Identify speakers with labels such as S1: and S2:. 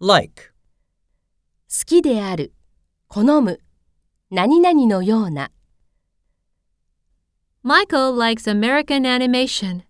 S1: like,
S2: 好きである、好む、何々のような。
S3: Michael likes American animation.